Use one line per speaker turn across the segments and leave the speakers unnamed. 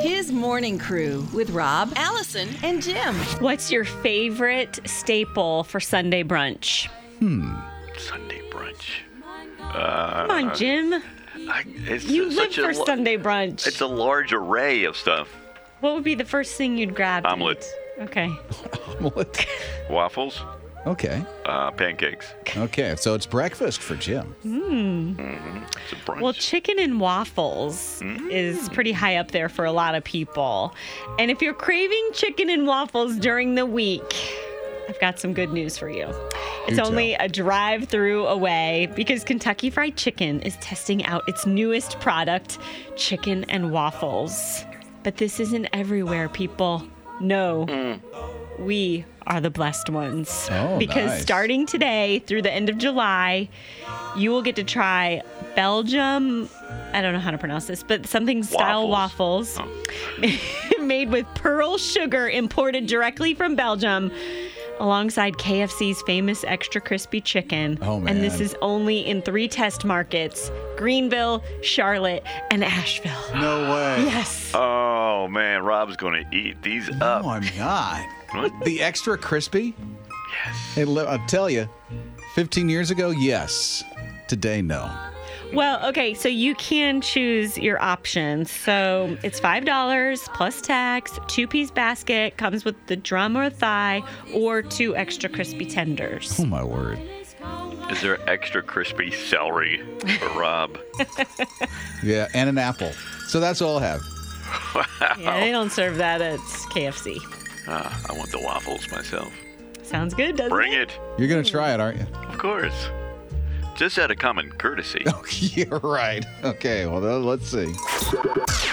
His morning crew with Rob, Allison, and Jim.
What's your favorite staple for Sunday brunch?
Sunday brunch.
Come on, Jim.
I, it's
You live
Uh, such
for
a, lo-
Sunday brunch.
It's a large array of stuff.
what would be the first thing you'd grab? to
Omelet.
eat? Okay.
What?
Waffles,
okay.
uh, pancakes.
Okay. So it's breakfast for Jim.
It's a brunch.
Well, chicken and waffles is
Mm.
pretty high up there for a lot of people. And if you're craving chicken and waffles during the week, I've got some good news for you. It's
tell.
only a drive through away because Kentucky Fried Chicken is testing out its newest product, chicken and waffles. But this isn't everywhere, people. No, we are the blessed ones.
Mm. Oh,
because
nice.
starting today through the end of July, you will get to try Belgium. I don't know how to pronounce this, but something style waffles,
Waffles.
Oh.
made with pearl sugar imported directly from Belgium. Alongside KFC's famous extra crispy chicken.
Oh,
And this
man.
is only in three test markets Greenville, Charlotte, and Asheville.
No way.
Yes.
oh man, Rob's going to eat these
No,
up.
I'm not.
What?
The extra crispy? Yes. Hey, li- I'll tell you, 15 years ago, yes. Today, no.
Well, okay, so you can choose your options. So it's five dollars plus tax, two piece basket, comes with the drum or thigh, or two extra crispy tenders.
Oh, my word.
Is there extra crispy celery for Rob?
Yeah, and an apple. So that's all I have. Hmm.
Yeah, they don't serve that at KFC.
Ah, I want the waffles myself.
Sounds good, doesn't
Bring
it?
it,
You're going to try it, aren't you?
of course. Just out of common courtesy.
You're right. Okay, well, then let's see.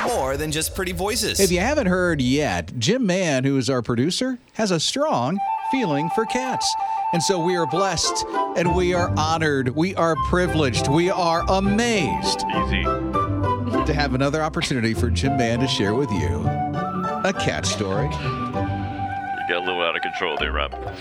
More than just pretty voices.
If you haven't heard yet, Jim Mann, who is our producer, has a strong feeling for cats. And so we are blessed and we are honored. We are privileged. We are amazed
Easy.
to have another opportunity for Jim Mann to share with you a cat story.
You got a little out of control there, Rob.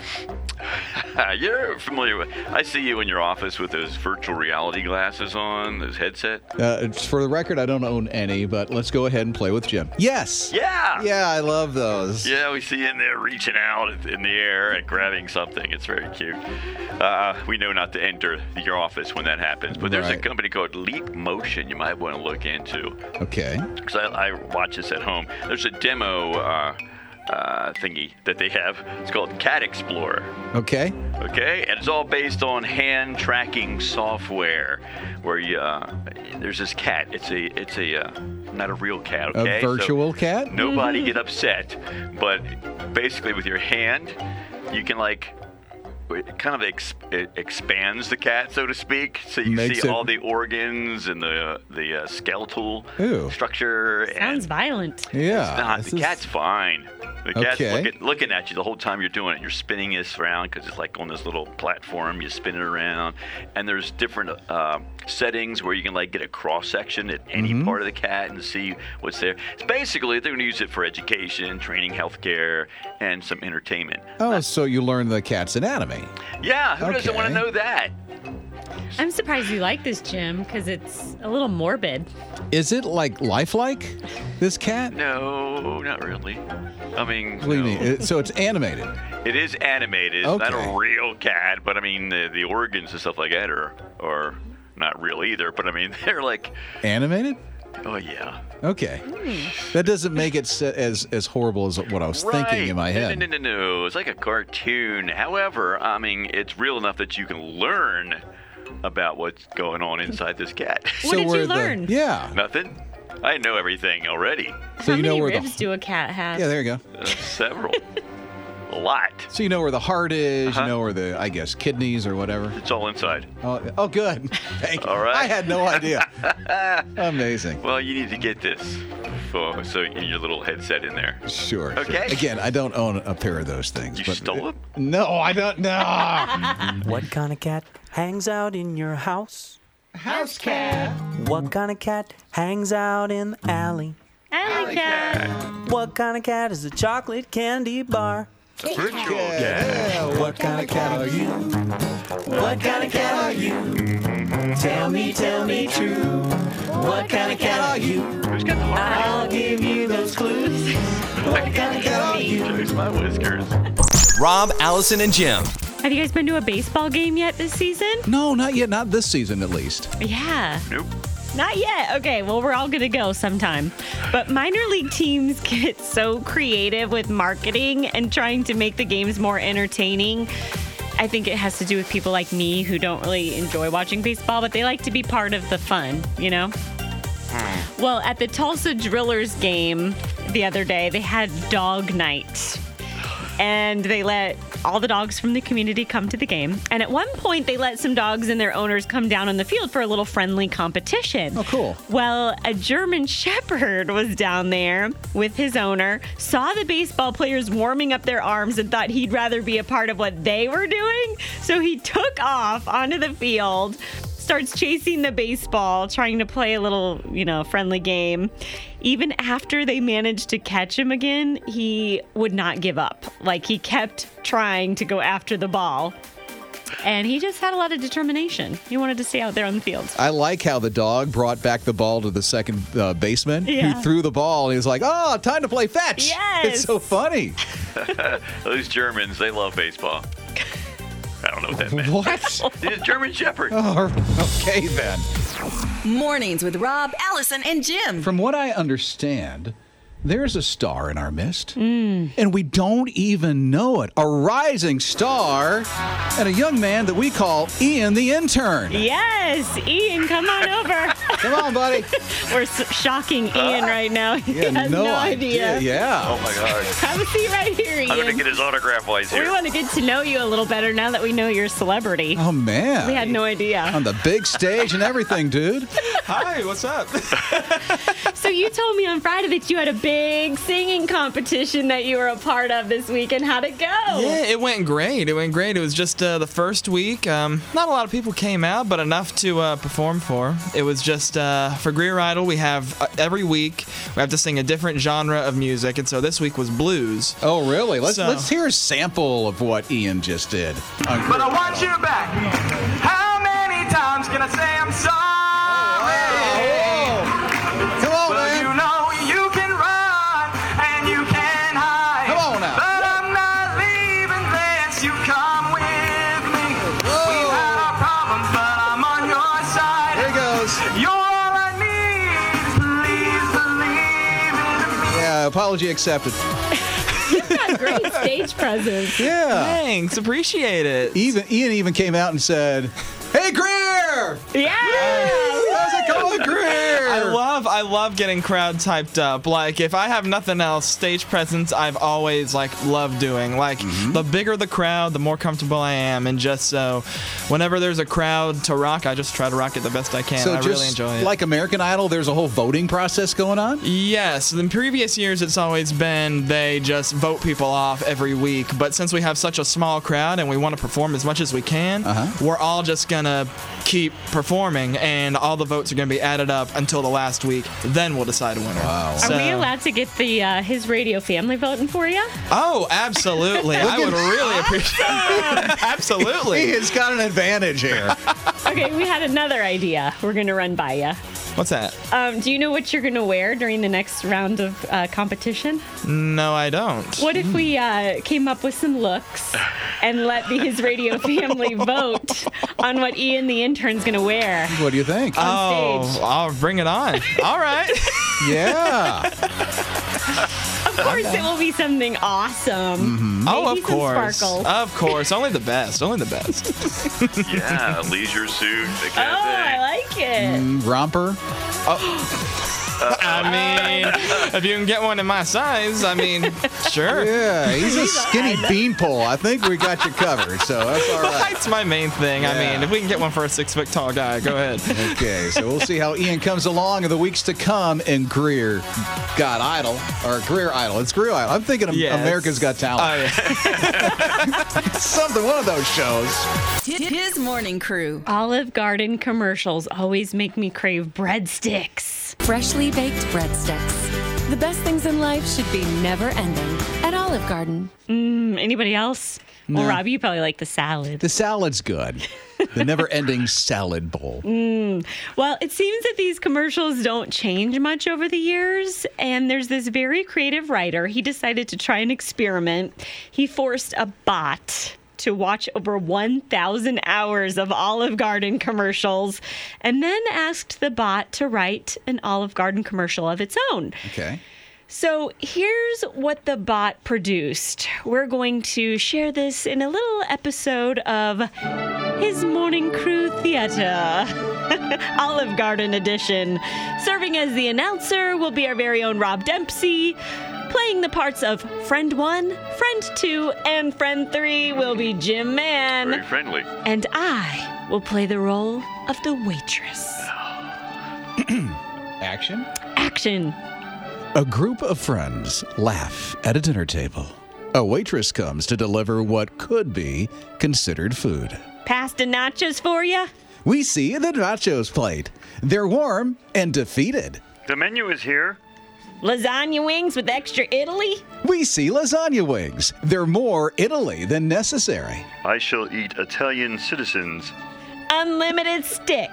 You're familiar with. I see you in your office with those virtual reality glasses on, those headset.
Uh, it's- for the record, I don't own any, but let's go ahead and play with Jim. Yes.
Yeah.
Yeah, I love those.
Yeah, we see in there reaching out in the air and grabbing something. It's very cute. Uh, we know not to enter your office when that happens, but there's
Right.
a company called Leap Motion you might want to look into
Okay.
because I, I watch this at home. There's a demo uh, uh, thingy that they have. It's called Cat Explorer.
Okay.
Okay, and it's all based on hand tracking software, where you, uh, there's this cat. It's a it's a uh, not a real cat.
A
Okay, So
virtual cat?
Nobody get upset, but basically with your hand, you can like. It kind of ex- it expands the cat, so to speak. So you
Makes
see
it-
all the organs and the the uh, skeletal
Ooh.
structure. and
Sounds violent.
Yeah.
it's not.
Ah, this
Uh, The
is-
cat's fine. The cat's
Okay.
looking, looking at you the whole time you're doing it. You're spinning this around because it's like on this little platform. You spin it around, and there's different uh, settings where you can like get a cross section at any
Mm-hmm.
part of the cat and see what's there. It's basically they're going to use it for education, training, healthcare, and some entertainment.
Oh, so you learn the cat's anatomy.
Yeah, who doesn't want to
Okay.
know that?
I'm surprised you like this, Jim, because it's a little morbid.
Is it like lifelike, this cat?
No, not really. I mean,
What do you
no.
mean? It- So it's animated.
It is animated. It's not
Okay.
a real cat, but I mean the, the organs and stuff like that are are not real either. But I mean they're like,
Animated?
oh yeah,
Okay.
Hmm.
That doesn't make it se- as as horrible as what I was thinking in my
Right.
head.
No, no, no, no, no. It's like a cartoon. However, I mean it's real enough that you can learn about what's going on inside this cat.
What did you
where the-
learn?
yeah.
Nothing. I know everything already.
So
How many
you know where
ribs
the
do a cat have?
yeah there you go.
Uh, several, a lot.
So you know where the heart is.
Uh-huh.
You know where the I guess kidneys or whatever.
It's all inside.
Oh, oh good. Thank you.
All right.
I had no idea. Amazing.
Well, you need to get this. For, so in your little headset in there.
Sure. sure.
Okay.
Again, I don't own a pair of those things.
You
but
stole it?
No, I don't. No.
What kind of cat hangs out in your house?
House cat.
What kind of cat hangs out in the alley?
I like that.
What kind of cat is a chocolate candy bar?
Virtual
Yeah. What kind of cat are you?
What kind of cat are you? Tell me, tell me true. What kind of cat are you?
Who's got the heart?
I'll give you the
I gotta get all you. Chase my whiskers.
Rob, Allison, and Jim.
Have you guys been to a baseball game yet this season?
No, not yet. Not this season, at least.
Yeah.
Nope.
Not yet. Okay, well, we're all going to go sometime. But minor league teams get so creative with marketing and trying to make the games more entertaining. I think it has to do with people like me who don't really enjoy watching baseball, but they like to be part of the fun, you know? Well, at the Tulsa Drillers game the other day, they had dog night and they let all the dogs from the community come to the game. And at one point, they let some dogs and their owners come down on the field for a little friendly competition.
Oh, cool.
Well, a German Shepherd was down there with his owner, saw the baseball players warming up their arms, and thought he'd rather be a part of what they were doing. So he took off onto the field. Starts chasing the baseball, trying to play a little, you know, friendly game. Even after they managed to catch him again, he would not give up. Like he kept trying to go after the ball. And he just had a lot of determination. He wanted to stay out there on the field.
I like how the dog brought back the ball to the second uh, baseman
Yeah.
who threw the ball. And he was like, oh, time to play fetch. It's
Yes.
so funny.
Those Germans, they love baseball. I don't know what that meant.
What?
He's a German Shepherd.
Oh. okay, then.
Mornings with Rob, Allison, and Jim.
From what I understand, there's a star in our midst,
Mm.
and we don't even know it. A rising star and a young man that we call Ian the intern.
Yes, Ian, come on over.
Come on, buddy.
We're s- shocking Ian right now. He
Yeah,
has no, idea.
Yeah.
Oh my God.
Have a seat right here,
I'm gonna
Ian.
get his autograph while he's
We
here.
want to get to know you a little better now that we know you're a celebrity.
Oh, man.
We had no idea.
on the big stage and everything, dude.
Hi, what's up?
So you told me on Friday that you had a big singing competition that you were a part of this week, and how'd it go?
yeah, it went great. It went great. It was just uh, the first week. Um, not a lot of people came out, but enough to uh, perform for. It was just uh, for Greer Idol. We have uh, every week we have to sing a different genre of music, and so this week was blues.
Oh, really? Let's
So-
let's hear a sample of what Ian just did. on
But I
Greek
want
Idol.
you back. How many times can I say I'm sorry?
Come on,
Well, you
man.
know you can run and you can hide.
Come on now.
But I'm not leaving unless you come with me. We've had our problems, but I'm on your side.
Here he goes.
You're all I need. Please believe in me.
Yeah, apology accepted.
Got great stage presence.
Ah.
Yeah.
Thanks, appreciate it.
Even Ian even came out and said, "Hey, Greer,
Yeah.
how's it going, Greer?"
I love I love getting crowds hyped up. Like if I have nothing else, stage presence I've always like loved doing. Like
Mm-hmm.
the bigger the crowd, the more comfortable I am, and just so whenever there's a crowd to rock, I just try to rock it the best I can.
so
I
just
really enjoy it.
like American Idol, there's a whole voting process going on.
Yes, in previous years it's always been they just vote people off every week. But since we have such a small crowd and we want to perform as much as we can,
Uh-huh.
we're all just gonna keep performing, and all the votes are gonna be added up until the last week. Then we'll decide a winner. Wow.
Are we allowed to get the uh, his radio family voting for you?
Oh, absolutely! I would really appreciate.
He
absolutely.
has got an advantage here.
Okay, we had another idea. We're gonna run by you.
What's that?
Um, do you know what you're gonna wear during the next round of uh, competition?
No, I don't.
What if we uh, came up with some looks and let the his radio family vote on what Ian the intern's gonna wear?
what do you think?
Oh,
stage?
I'll bring it on. All right.
yeah.
Of course, it will be something awesome.
oh,
Maybe
of
some
course.
sparkles.
Of course. Only the best. Only the best.
Yeah, leisure suit, that
Oh,
kind of thing.
I like it.
Romper.
I mean, if you can get one in my size, I mean, sure.
Yeah, he's a skinny beanpole. I think we got you covered, so that's all right.
Height's my main thing. I
Yeah.
mean, if we can get one for a six foot tall guy, go ahead.
Okay, so we'll see how Ian comes along in the weeks to come in Greer God Idol or Greer Idol. It's Greer Idol. I'm thinking of
Yes.
America's Got Talent.
Oh, yeah.
Uh, Something, one of those shows.
His morning crew.
Olive Garden commercials always make me crave breadsticks.
Freshly baked breadsticks. The best things in life should be never ending at Olive Garden.
Anybody else? Well, Rob, you probably like the salad.
The salad's good. The never ending salad bowl.
Well, it seems that these commercials don't change much over the years. And there's this very creative writer. He decided to try an experiment. He forced a bot to watch over 1,000 hours of Olive Garden commercials and then asked the bot to write an Olive Garden commercial of its own.
Okay.
So here's what the bot produced. We're going to share this in a little episode of His Morning Crew Theater, Olive Garden Edition. Serving as the announcer will be our very own Rob Dempsey. Playing the parts of Friend One, Friend Two, and Friend Three will be Jim Mann.
Very friendly.
And I will play the role of the waitress.
Action.
Action.
A group of friends laugh at a dinner table. A waitress comes to deliver what could be considered food.
Pasta nachos for you.
We see the nachos plate. They're warm and defeated.
The menu is here.
Lasagna wings with extra Italy?
We see lasagna wings. They're more Italy than necessary.
I shall eat Italian citizens.
Unlimited stick.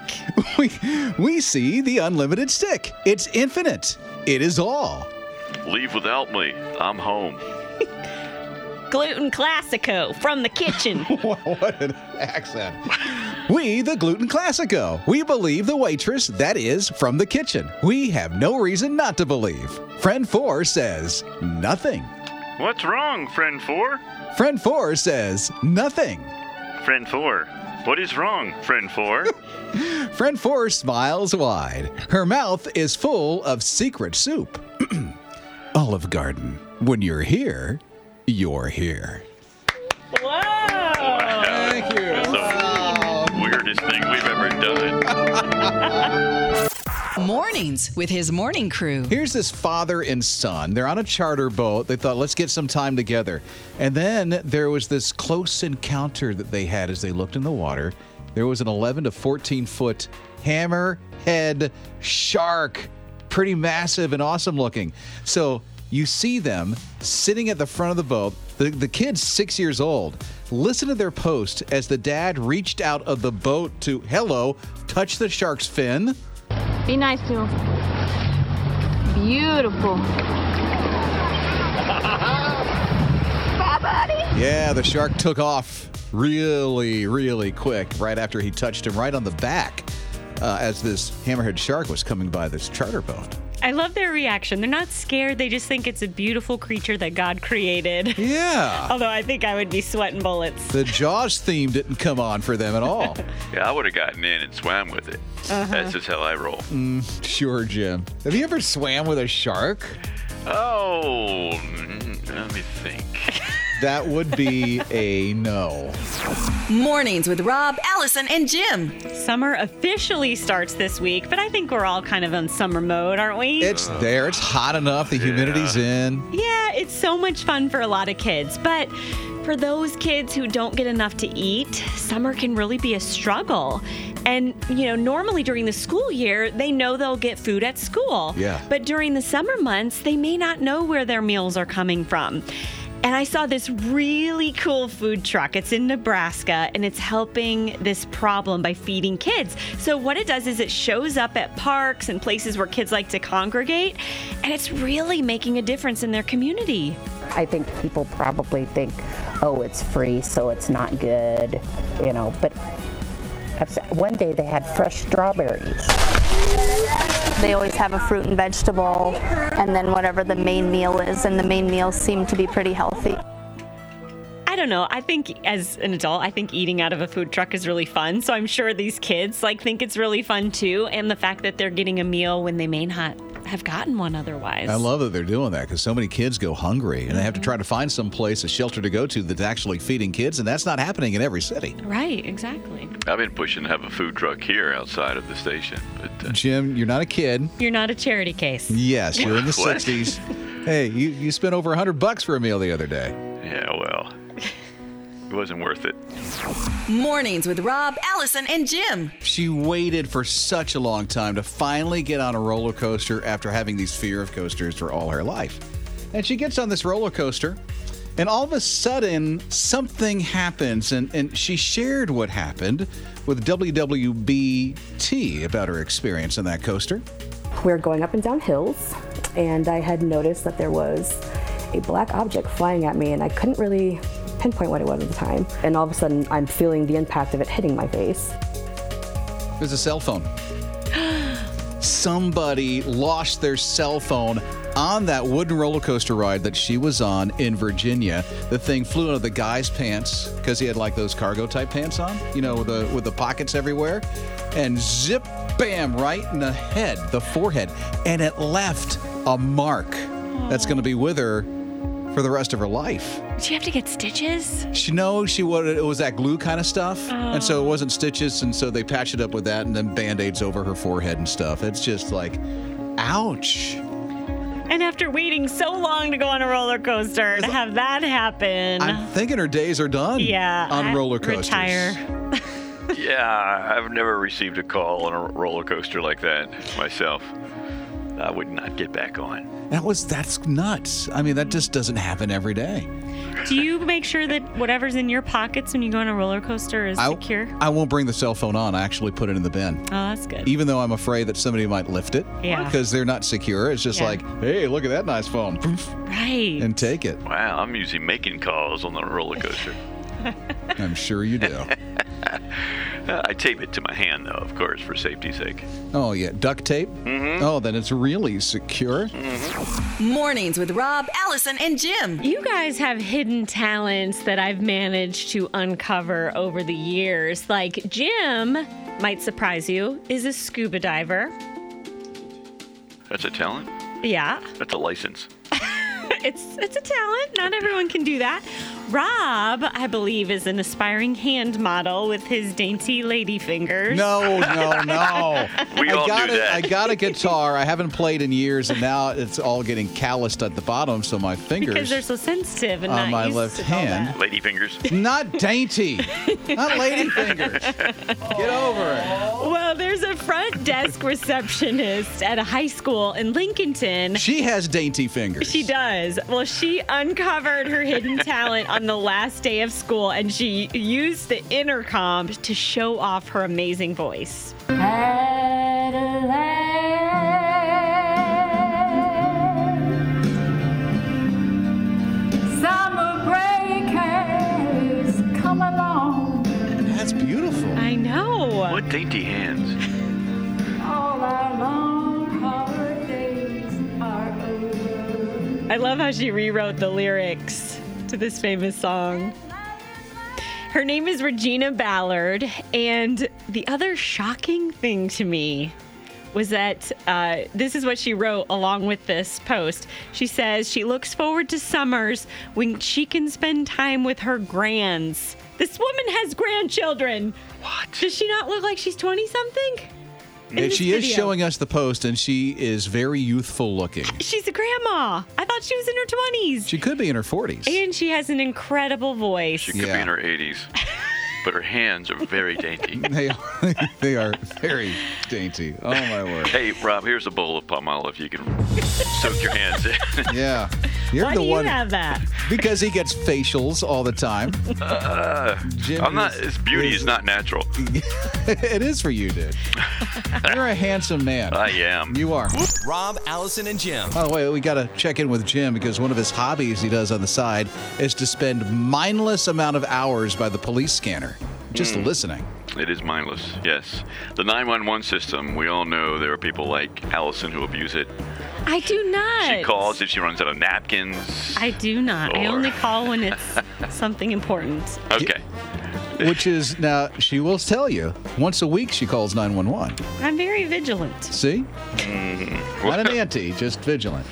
We, we see the unlimited stick. It's infinite. It is all.
Leave without me. I'm home.
Gluten classico from the kitchen.
What an accent. We, the gluten classico. We believe the waitress, that is, from the kitchen. We have no reason not to believe. Friend four says nothing.
What's wrong, friend four?
Friend four says nothing.
Friend four. What is wrong, friend four?
Friend four smiles wide. Her mouth is full of secret soup. Olive Garden. When you're here, you're here.
Whoa!
Thank you.
That's the weirdest thing we've ever done.
Mornings with his morning crew.
Here's this father and son. They're on a charter boat. They thought, let's get some time together. And then there was this close encounter that they had as they looked in the water. There was an 11 to 14 foot hammerhead shark, pretty massive and awesome looking. So you see them sitting at the front of the boat. The, the kid's six years old. Listen to their post as the dad reached out of the boat to, hello, touch the shark's fin.
Be nice to him. Beautiful.
Yeah, the shark took off really, really quick right after he touched him right on the back uh, as this hammerhead shark was coming by this charter boat.
I love their reaction. They're not scared, they just think it's a beautiful creature that God created.
Yeah.
Although I think I would be sweating bullets.
The Jaws theme didn't come on for them at all.
Yeah, I would have gotten in and swam with it. That's just how I roll.
sure, Jim. Have you ever swam with a shark?
Oh, mm, let me think.
That would be a no.
Mornings with Rob, Allison, and Jim.
Summer officially starts this week, but I think we're all kind of on summer mode, aren't we?
It's there. It's hot enough. The humidity's in.
Yeah, it's so much fun for a lot of kids, but for those kids who don't get enough to eat, summer can really be a struggle. And, you know, normally during the school year, they know they'll get food at school.
Yeah.
But during the summer months, they may not know where their meals are coming from. And I saw this really cool food truck. It's in Nebraska and it's helping this problem by feeding kids. So, what it does is it shows up at parks and places where kids like to congregate, and it's really making a difference in their community.
I think people probably think, oh, it's free, so it's not good, you know. But I've se- one day they had fresh strawberries. They always have a fruit and vegetable, and then whatever the main meal is, and the main meals seem to be pretty healthy.
I don't know. I think as an adult, I think eating out of a food truck is really fun. So I'm sure these kids like think it's really fun too, and the fact that they're getting a meal when they may not have gotten one otherwise.
I love that they're doing that because so many kids go hungry and they have to try to find some place, a shelter to go to that's actually feeding kids, and that's not happening in every city.
Right, exactly.
I've been pushing to have a food truck here outside of the station, but uh,
Jim, you're not a kid.
You're not a charity case.
Yes, you're in the
What?
60s. Hey, you, you spent over 100 bucks for a meal the other day.
yeah, well, It wasn't worth it.
Mornings with Rob, Allison, and Jim.
She waited for such a long time to finally get on a roller coaster after having these fear of coasters for all her life. And she gets on this roller coaster, and all of a sudden, something happens. And, and she shared what happened with WWBT about her experience on that coaster.
We were going up and down hills, and I had noticed that there was a black object flying at me, and I couldn't really pinpoint what it was at the time. And all of a sudden, I'm feeling the impact of it hitting my face.
It was a cell phone. Somebody lost their cell phone on that wooden roller coaster ride that she was on in Virginia. The thing flew out of the guy's pants because he had like those cargo type pants on, you know, with the with the pockets everywhere, and zip, bam, right in the head, the forehead, and it left a mark that's going to be with her for the rest of her life.
Did you have to get stitches?
She knows she wanted it was that glue kind of stuff, and so it
Oh.
wasn't stitches, and so they patched it up with that, and then band aids over her forehead and stuff. It's just like, ouch.
And after waiting so long to go on a roller coaster to have that happen,
I'm thinking her days are done.
yeah,
on
I'd
roller coasters.
Retire.
yeah, I've never received a call on a roller coaster like that myself. I would not get back on.
That was that's nuts. I mean, that just doesn't happen every day.
Do you make sure that whatever's in your pockets when you go on a roller coaster is
I-
secure? Oh,
I won't bring the cell phone on. I actually put it in the bin.
that's good.
Even though I'm afraid that somebody might lift it
Yeah.
because they're not secure. It's just
Yeah.
like, hey, look at that nice phone.
Right.
And take it.
Wow, I'm usually making calls on the roller coaster.
I'm sure you do.
Uh, I tape it to my hand, though, of course, for safety's sake.
oh, yeah. Duct tape?
Mhm.
Oh, then it's really secure.
Mornings with Rob, Allison, and Jim.
You guys have hidden talents that I've managed to uncover over the years. Like Jim, might surprise you, is a scuba diver.
That's a talent.
Yeah,
That's a license.
it's it's a talent. Not everyone can do that. Rob, I believe, is an aspiring hand model with his dainty lady fingers.
No, no, no.
We
I
all
got
knew
a,
that.
I got a guitar. I haven't played in years, and now it's all getting calloused at the bottom, so my
Because
fingers
they're so sensitive and
on
not
my
used
left
to all
hand.
Lady fingers.
Not dainty. Not lady fingers. Get over it.
Well, there's a front desk receptionist at a high school in Lincolnton.
She has dainty fingers.
She does. Well, she uncovered her hidden talent on the last day of school and she used the intercom to show off her amazing voice.
Summer break has come along.
That's beautiful.
I know.
What dainty hands.
All our long holidays are over.
I love how she rewrote the lyrics to this famous song. Her name is Regina Ballard, and the other shocking thing to me was that uh, this is what she wrote along with this post. She says she looks forward to summers when she can spend time with her grands. This woman has grandchildren. What? Does she not look like she's 20 something?
And she is showing us the post, and she is very youthful looking.
She's a grandma. I thought she was in her 20s.
She could be in her 40s.
And she has an incredible voice.
She could be in her 80s, but her hands are very dainty.
They are, they are very dainty. Oh, my word.
Hey, Rob, here's a bowl of palm olive. You can soak your hands in.
Yeah. You're
Why
the
do
one.
you have that?
Because he gets facials all the time.
Uh,
Jim
I'm not.
is-
His beauty is not natural.
it is for you, dude. You're a handsome man.
I am.
You are.
Rob, Allison, and Jim.
By the way, we got to check in with Jim because one of his hobbies he does on the side is to spend mindless amount of hours by the police scanner, just
Hmm.
listening.
It is mindless, yes. The 911 system, we all know there are people like Allison who abuse it.
I do not.
She calls if she runs out of napkins.
I do not. I
Or-
only call when it's something important.
Okay.
Which is now she will tell you once a week she calls 911.
I'm very vigilant.
See,
Hmm.
not an auntie, just vigilant.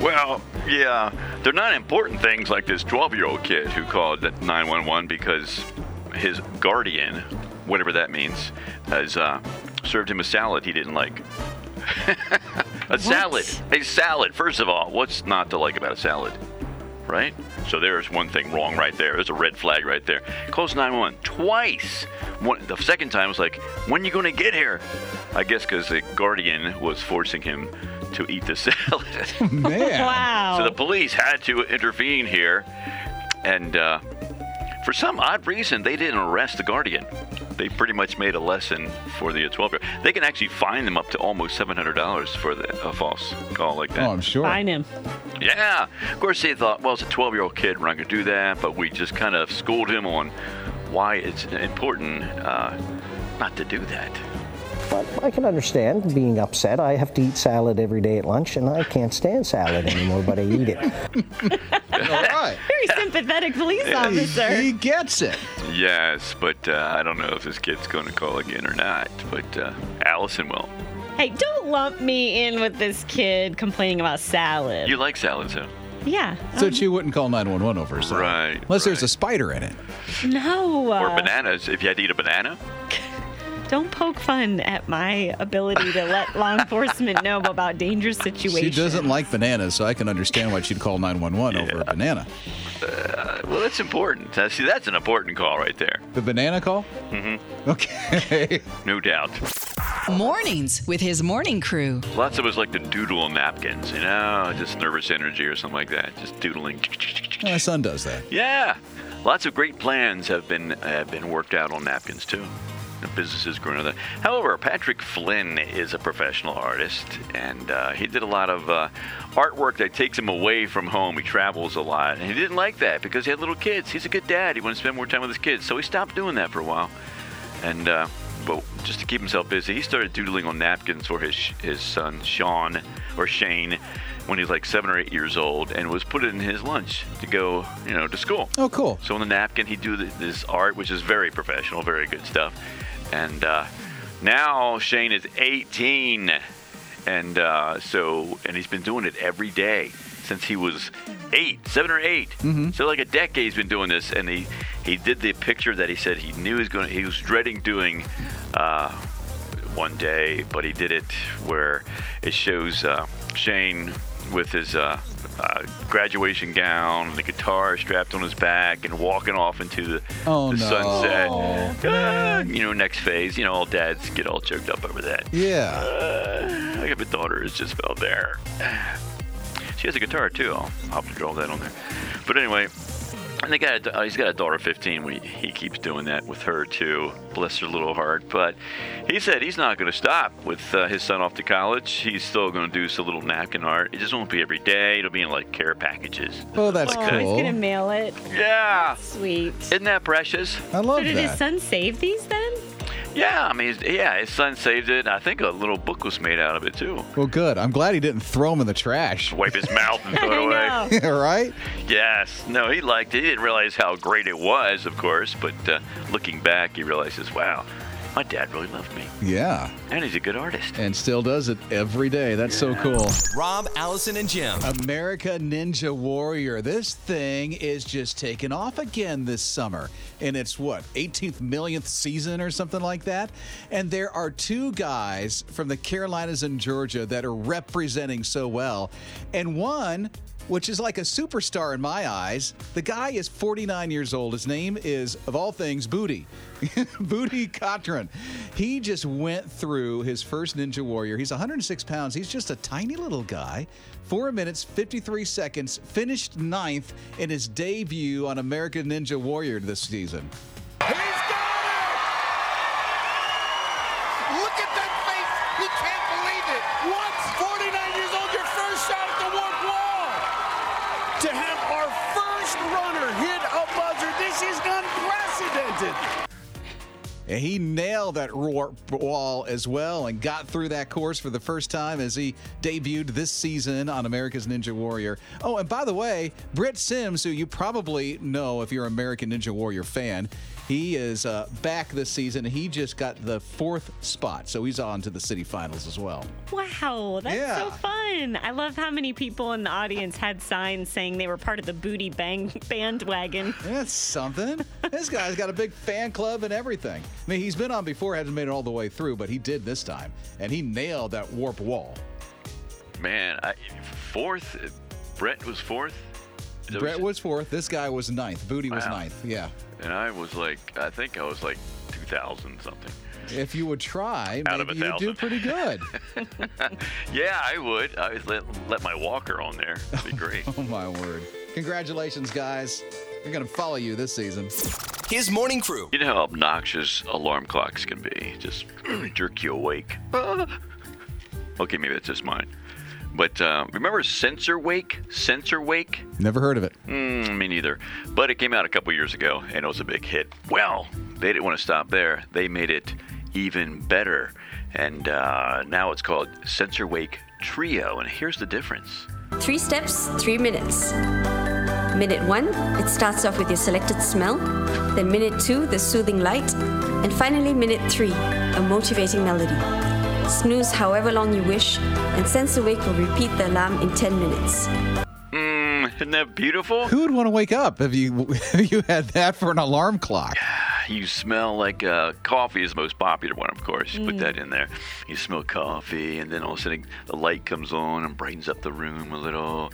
Well, yeah, they're not important things like this 12 year old kid who called the 911 because his guardian, whatever that means, has uh, served him a salad he didn't like. a salad. A salad. First of all, what's not to like about a salad? right? So there's one thing wrong right there. There's a red flag right there. Calls 911 twice. One, the second time was like, when you going to get here? I guess because the guardian was forcing him to eat the salad.
Man.
wow.
Oh.
So the police had to intervene here, and uh, for some odd reason, they didn't arrest the guardian. They pretty much made a lesson for the 12 year. They can actually fine them up to almost $700 for the, a false call like that.
Oh, I'm sure.
Find him.
Yeah. Of course, they thought, well, it's a 12 year old kid. We're not going to do that. But we just kind of schooled him on why it's important uh, not to do that.
I can understand being upset. I have to eat salad every day at lunch, and I can't stand salad anymore, but I eat it.
All right.
Very sympathetic police
Yeah.
officer.
He gets it.
Yes, but uh, I don't know if this kid's going to call again or not. But uh, Allison will.
Hey, don't lump me in with this kid complaining about salad.
You like salad, so.
yeah. Um,
So she wouldn't call 911 over herself.
Right.
Unless there's a spider in it.
no.
Or
uh,
bananas, if you had to eat a banana.
Don't poke fun at my ability to let law enforcement know about dangerous situations.
She doesn't like bananas, so I can understand why she'd call 911 over a banana.
Uh, well, that's important. Uh, see, that's an important call right there.
The banana call?
Mm-hmm.
Okay.
No doubt.
Mornings with his morning crew.
Lots of us like to doodle on napkins, you know, just nervous energy or something like that. Just doodling.
My son does that.
Yeah, lots of great plans have been have been worked out on napkins too. The business is growing. on that. However, Patrick Flynn is a professional artist, and uh, he did a lot of uh, artwork that takes him away from home. He travels a lot, and he didn't like that because he had little kids. He's a good dad. He wanted to spend more time with his kids, so he stopped doing that for a while. And uh, but just to keep himself busy, he started doodling on napkins for his his son Sean or Shane when he was like seven or eight years old, and was put in his lunch to go, you know, to school.
Oh, cool.
So on the napkin, he'd do th- this art, which is very professional, very good stuff. And uh, now Shane is 18, and uh, so and he's been doing it every day since he was eight, seven or 8 So like a decade, he's been doing this, and he he did the picture that he said he knew he was going. to He was dreading doing. Uh, one day, but he did it where it shows uh, Shane with his uh, uh, graduation gown and the guitar strapped on his back and walking off into the,
Oh,
the
no.
sunset. Ah, you know, next phase. You know, all dads get all choked up over that.
Yeah.
Uh, I got my daughter is just about there. She has a guitar too. I'll, I'll have to draw that on there. But anyway, and they got a, uh, he's got a daughter of 15. We, he keeps doing that with her too. Bless her little heart. But he said he's not going to stop with uh, his son off to college. He's still going to do some little napkin art. It just won't be every day. It'll be in like care packages.
Oh, that's
Oh, he's gonna
cool.
mail it.
Yeah.
Sweet.
Isn't that precious?
I love
so did his
that.
son save these then?
Yeah, I mean, he's- yeah, his son saved it. I think a little book was made out of it too.
Well, good. I'm glad he didn't throw him in the trash.
Wipe his mouth and throw it away.
I know.
right?
Yes. No, he liked it. He didn't realize how great it was, of course, but uh, looking back, he realizes, wow, my dad really loved me.
Yeah.
And he's a good artist.
And still does it every day. That's so cool.
Rob, Allison, and Jim.
America Ninja Warrior. This thing is just taking off again this summer. And it's what, 18th millionth season or something like that? And there are two guys from the Carolinas and Georgia that are representing so well. And one, which is like a superstar in my eyes, the guy is 49 years old. His name is, of all things, Booty. Booty Cochran. He just went through his first Ninja Warrior. He's 106 pounds. He's just a tiny little guy. Four minutes, 53 seconds, finished ninth in his debut on American Ninja Warrior this season.
Look at that face. He can't believe it. What? 49 years old, your first shot at the warp wall. To have our first runner hit a buzzer, this is unprecedented.
And he nailed that warp wall as well and got through that course for the first time as he debuted this season on America's Ninja Warrior. Oh, and by the way, Britt Sims, who you probably know if you're an American Ninja Warrior fan, he is uh, back this season. He just got the fourth spot, so he's on to the city finals as well.
Wow, that's
Yeah.
so fun. I love how many people in the audience had signs saying they were part of the booty bang bandwagon.
That's something. this guy's got a big fan club and everything. I mean, he's been on before, hasn't made it all the way through, but he did this time, and he nailed that warp wall.
Man, I, fourth, Brett was fourth. There
Brett
was-
was fourth. This guy was ninth. Booty was
Wow.
ninth. Yeah.
and I was like, I think I was like 2,000 something.
If you would try,
Out of
maybe
a
you'd do
thousand.
pretty good.
Yeah, I would. I would let, let my walker on there. That'd be great.
oh my word! Congratulations, guys. We're gonna follow you this season.
His morning crew.
You know how obnoxious alarm clocks can be. Just jerk you awake. Ah. Okay, maybe that's just mine. But uh, remember Sensor Wake? Sensor Wake?
Never heard of it.
Mm, me neither. But it came out a couple years ago and it was a big hit. Well, they didn't want to stop there. They made it even better. And uh, now it's called Sensor Wake Trio. And here's the difference.
Three steps, three minutes. Minute one, it starts off with your selected smell. Then minute two, the soothing light. And finally, minute three, a motivating melody. Snooze however long you wish, and Sense Awake will repeat the alarm in 10 minutes.
Mm, isn't that beautiful?
Who would want to wake up if you if you had that for an alarm clock?
You smell like uh, coffee is the most popular one, of course. You
Mm.
Put that in there. You smell coffee, and then all of a sudden the light comes on and brightens up the room a little.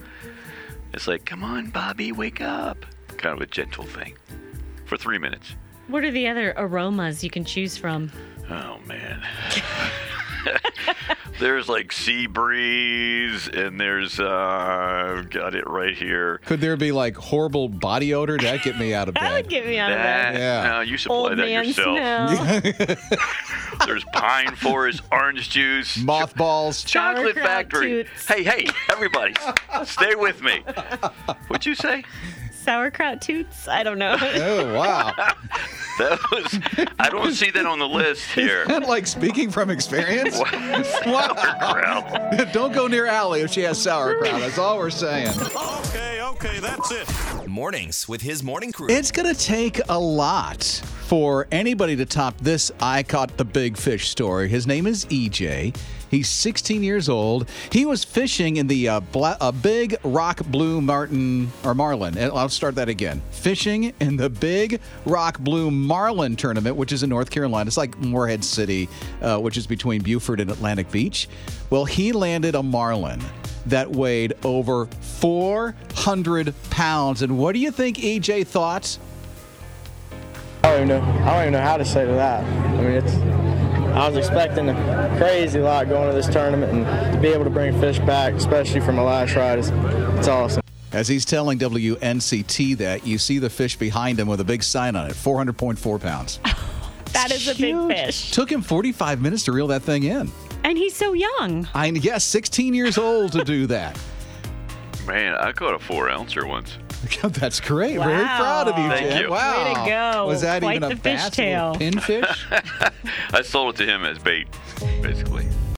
It's like, come on, Bobby, wake up. Kind of a gentle thing for three minutes.
What are the other aromas you can choose from?
Oh man. there's like sea breeze, and there's uh, I've got it right here.
Could there be like horrible body odor that get me out of bed?
Get me out
That,
of there.
no, you supply
Old
that
man
yourself.
smell.
There's pine forest, orange juice,
mothballs,
chocolate
Sauerkraut
factory. Hey, hey, everybody, stay with me. What'd you say?
Sauerkraut toots? I don't know.
Oh wow!
That was. I don't see that on the list here.
Is that like speaking from experience? wow. Don't go near Allie if she has sauerkraut. That's all we're saying.
Okay, okay, that's it. Mornings with his morning crew.
It's going to take a lot for anybody to top this I Caught the Big Fish story. His name is EJ. He's 16 years old. He was fishing in the uh, bla- uh, big rock blue martin or marlin. And I'll start that again. Fishing in the big rock blue marlin tournament, which is in North Carolina. It's like Moorhead City, uh, which is between Buford and Atlantic Beach. Well, he landed a marlin that weighed over 400 pounds. And what do you think EJ thought?
I don't even know. I don't even know how to say to that. I mean, it's. I was expecting a crazy lot going to this tournament, and to be able to bring fish back, especially from a last ride, is it's awesome.
As he's telling WNCT that, you see the fish behind him with a big sign on it 400.4 pounds.
that is a big fish.
Took him 45 minutes to reel that thing in.
And he's so young.
I yes, 16 years old to do that.
Man, I caught a four ouncer once.
That's great. Very proud of you,
Thank
Jen.
you.
Wow.
Way to go.
Was that
Quite
even a
the fish
bass or a
tail.
pinfish?
I sold it to him as bait.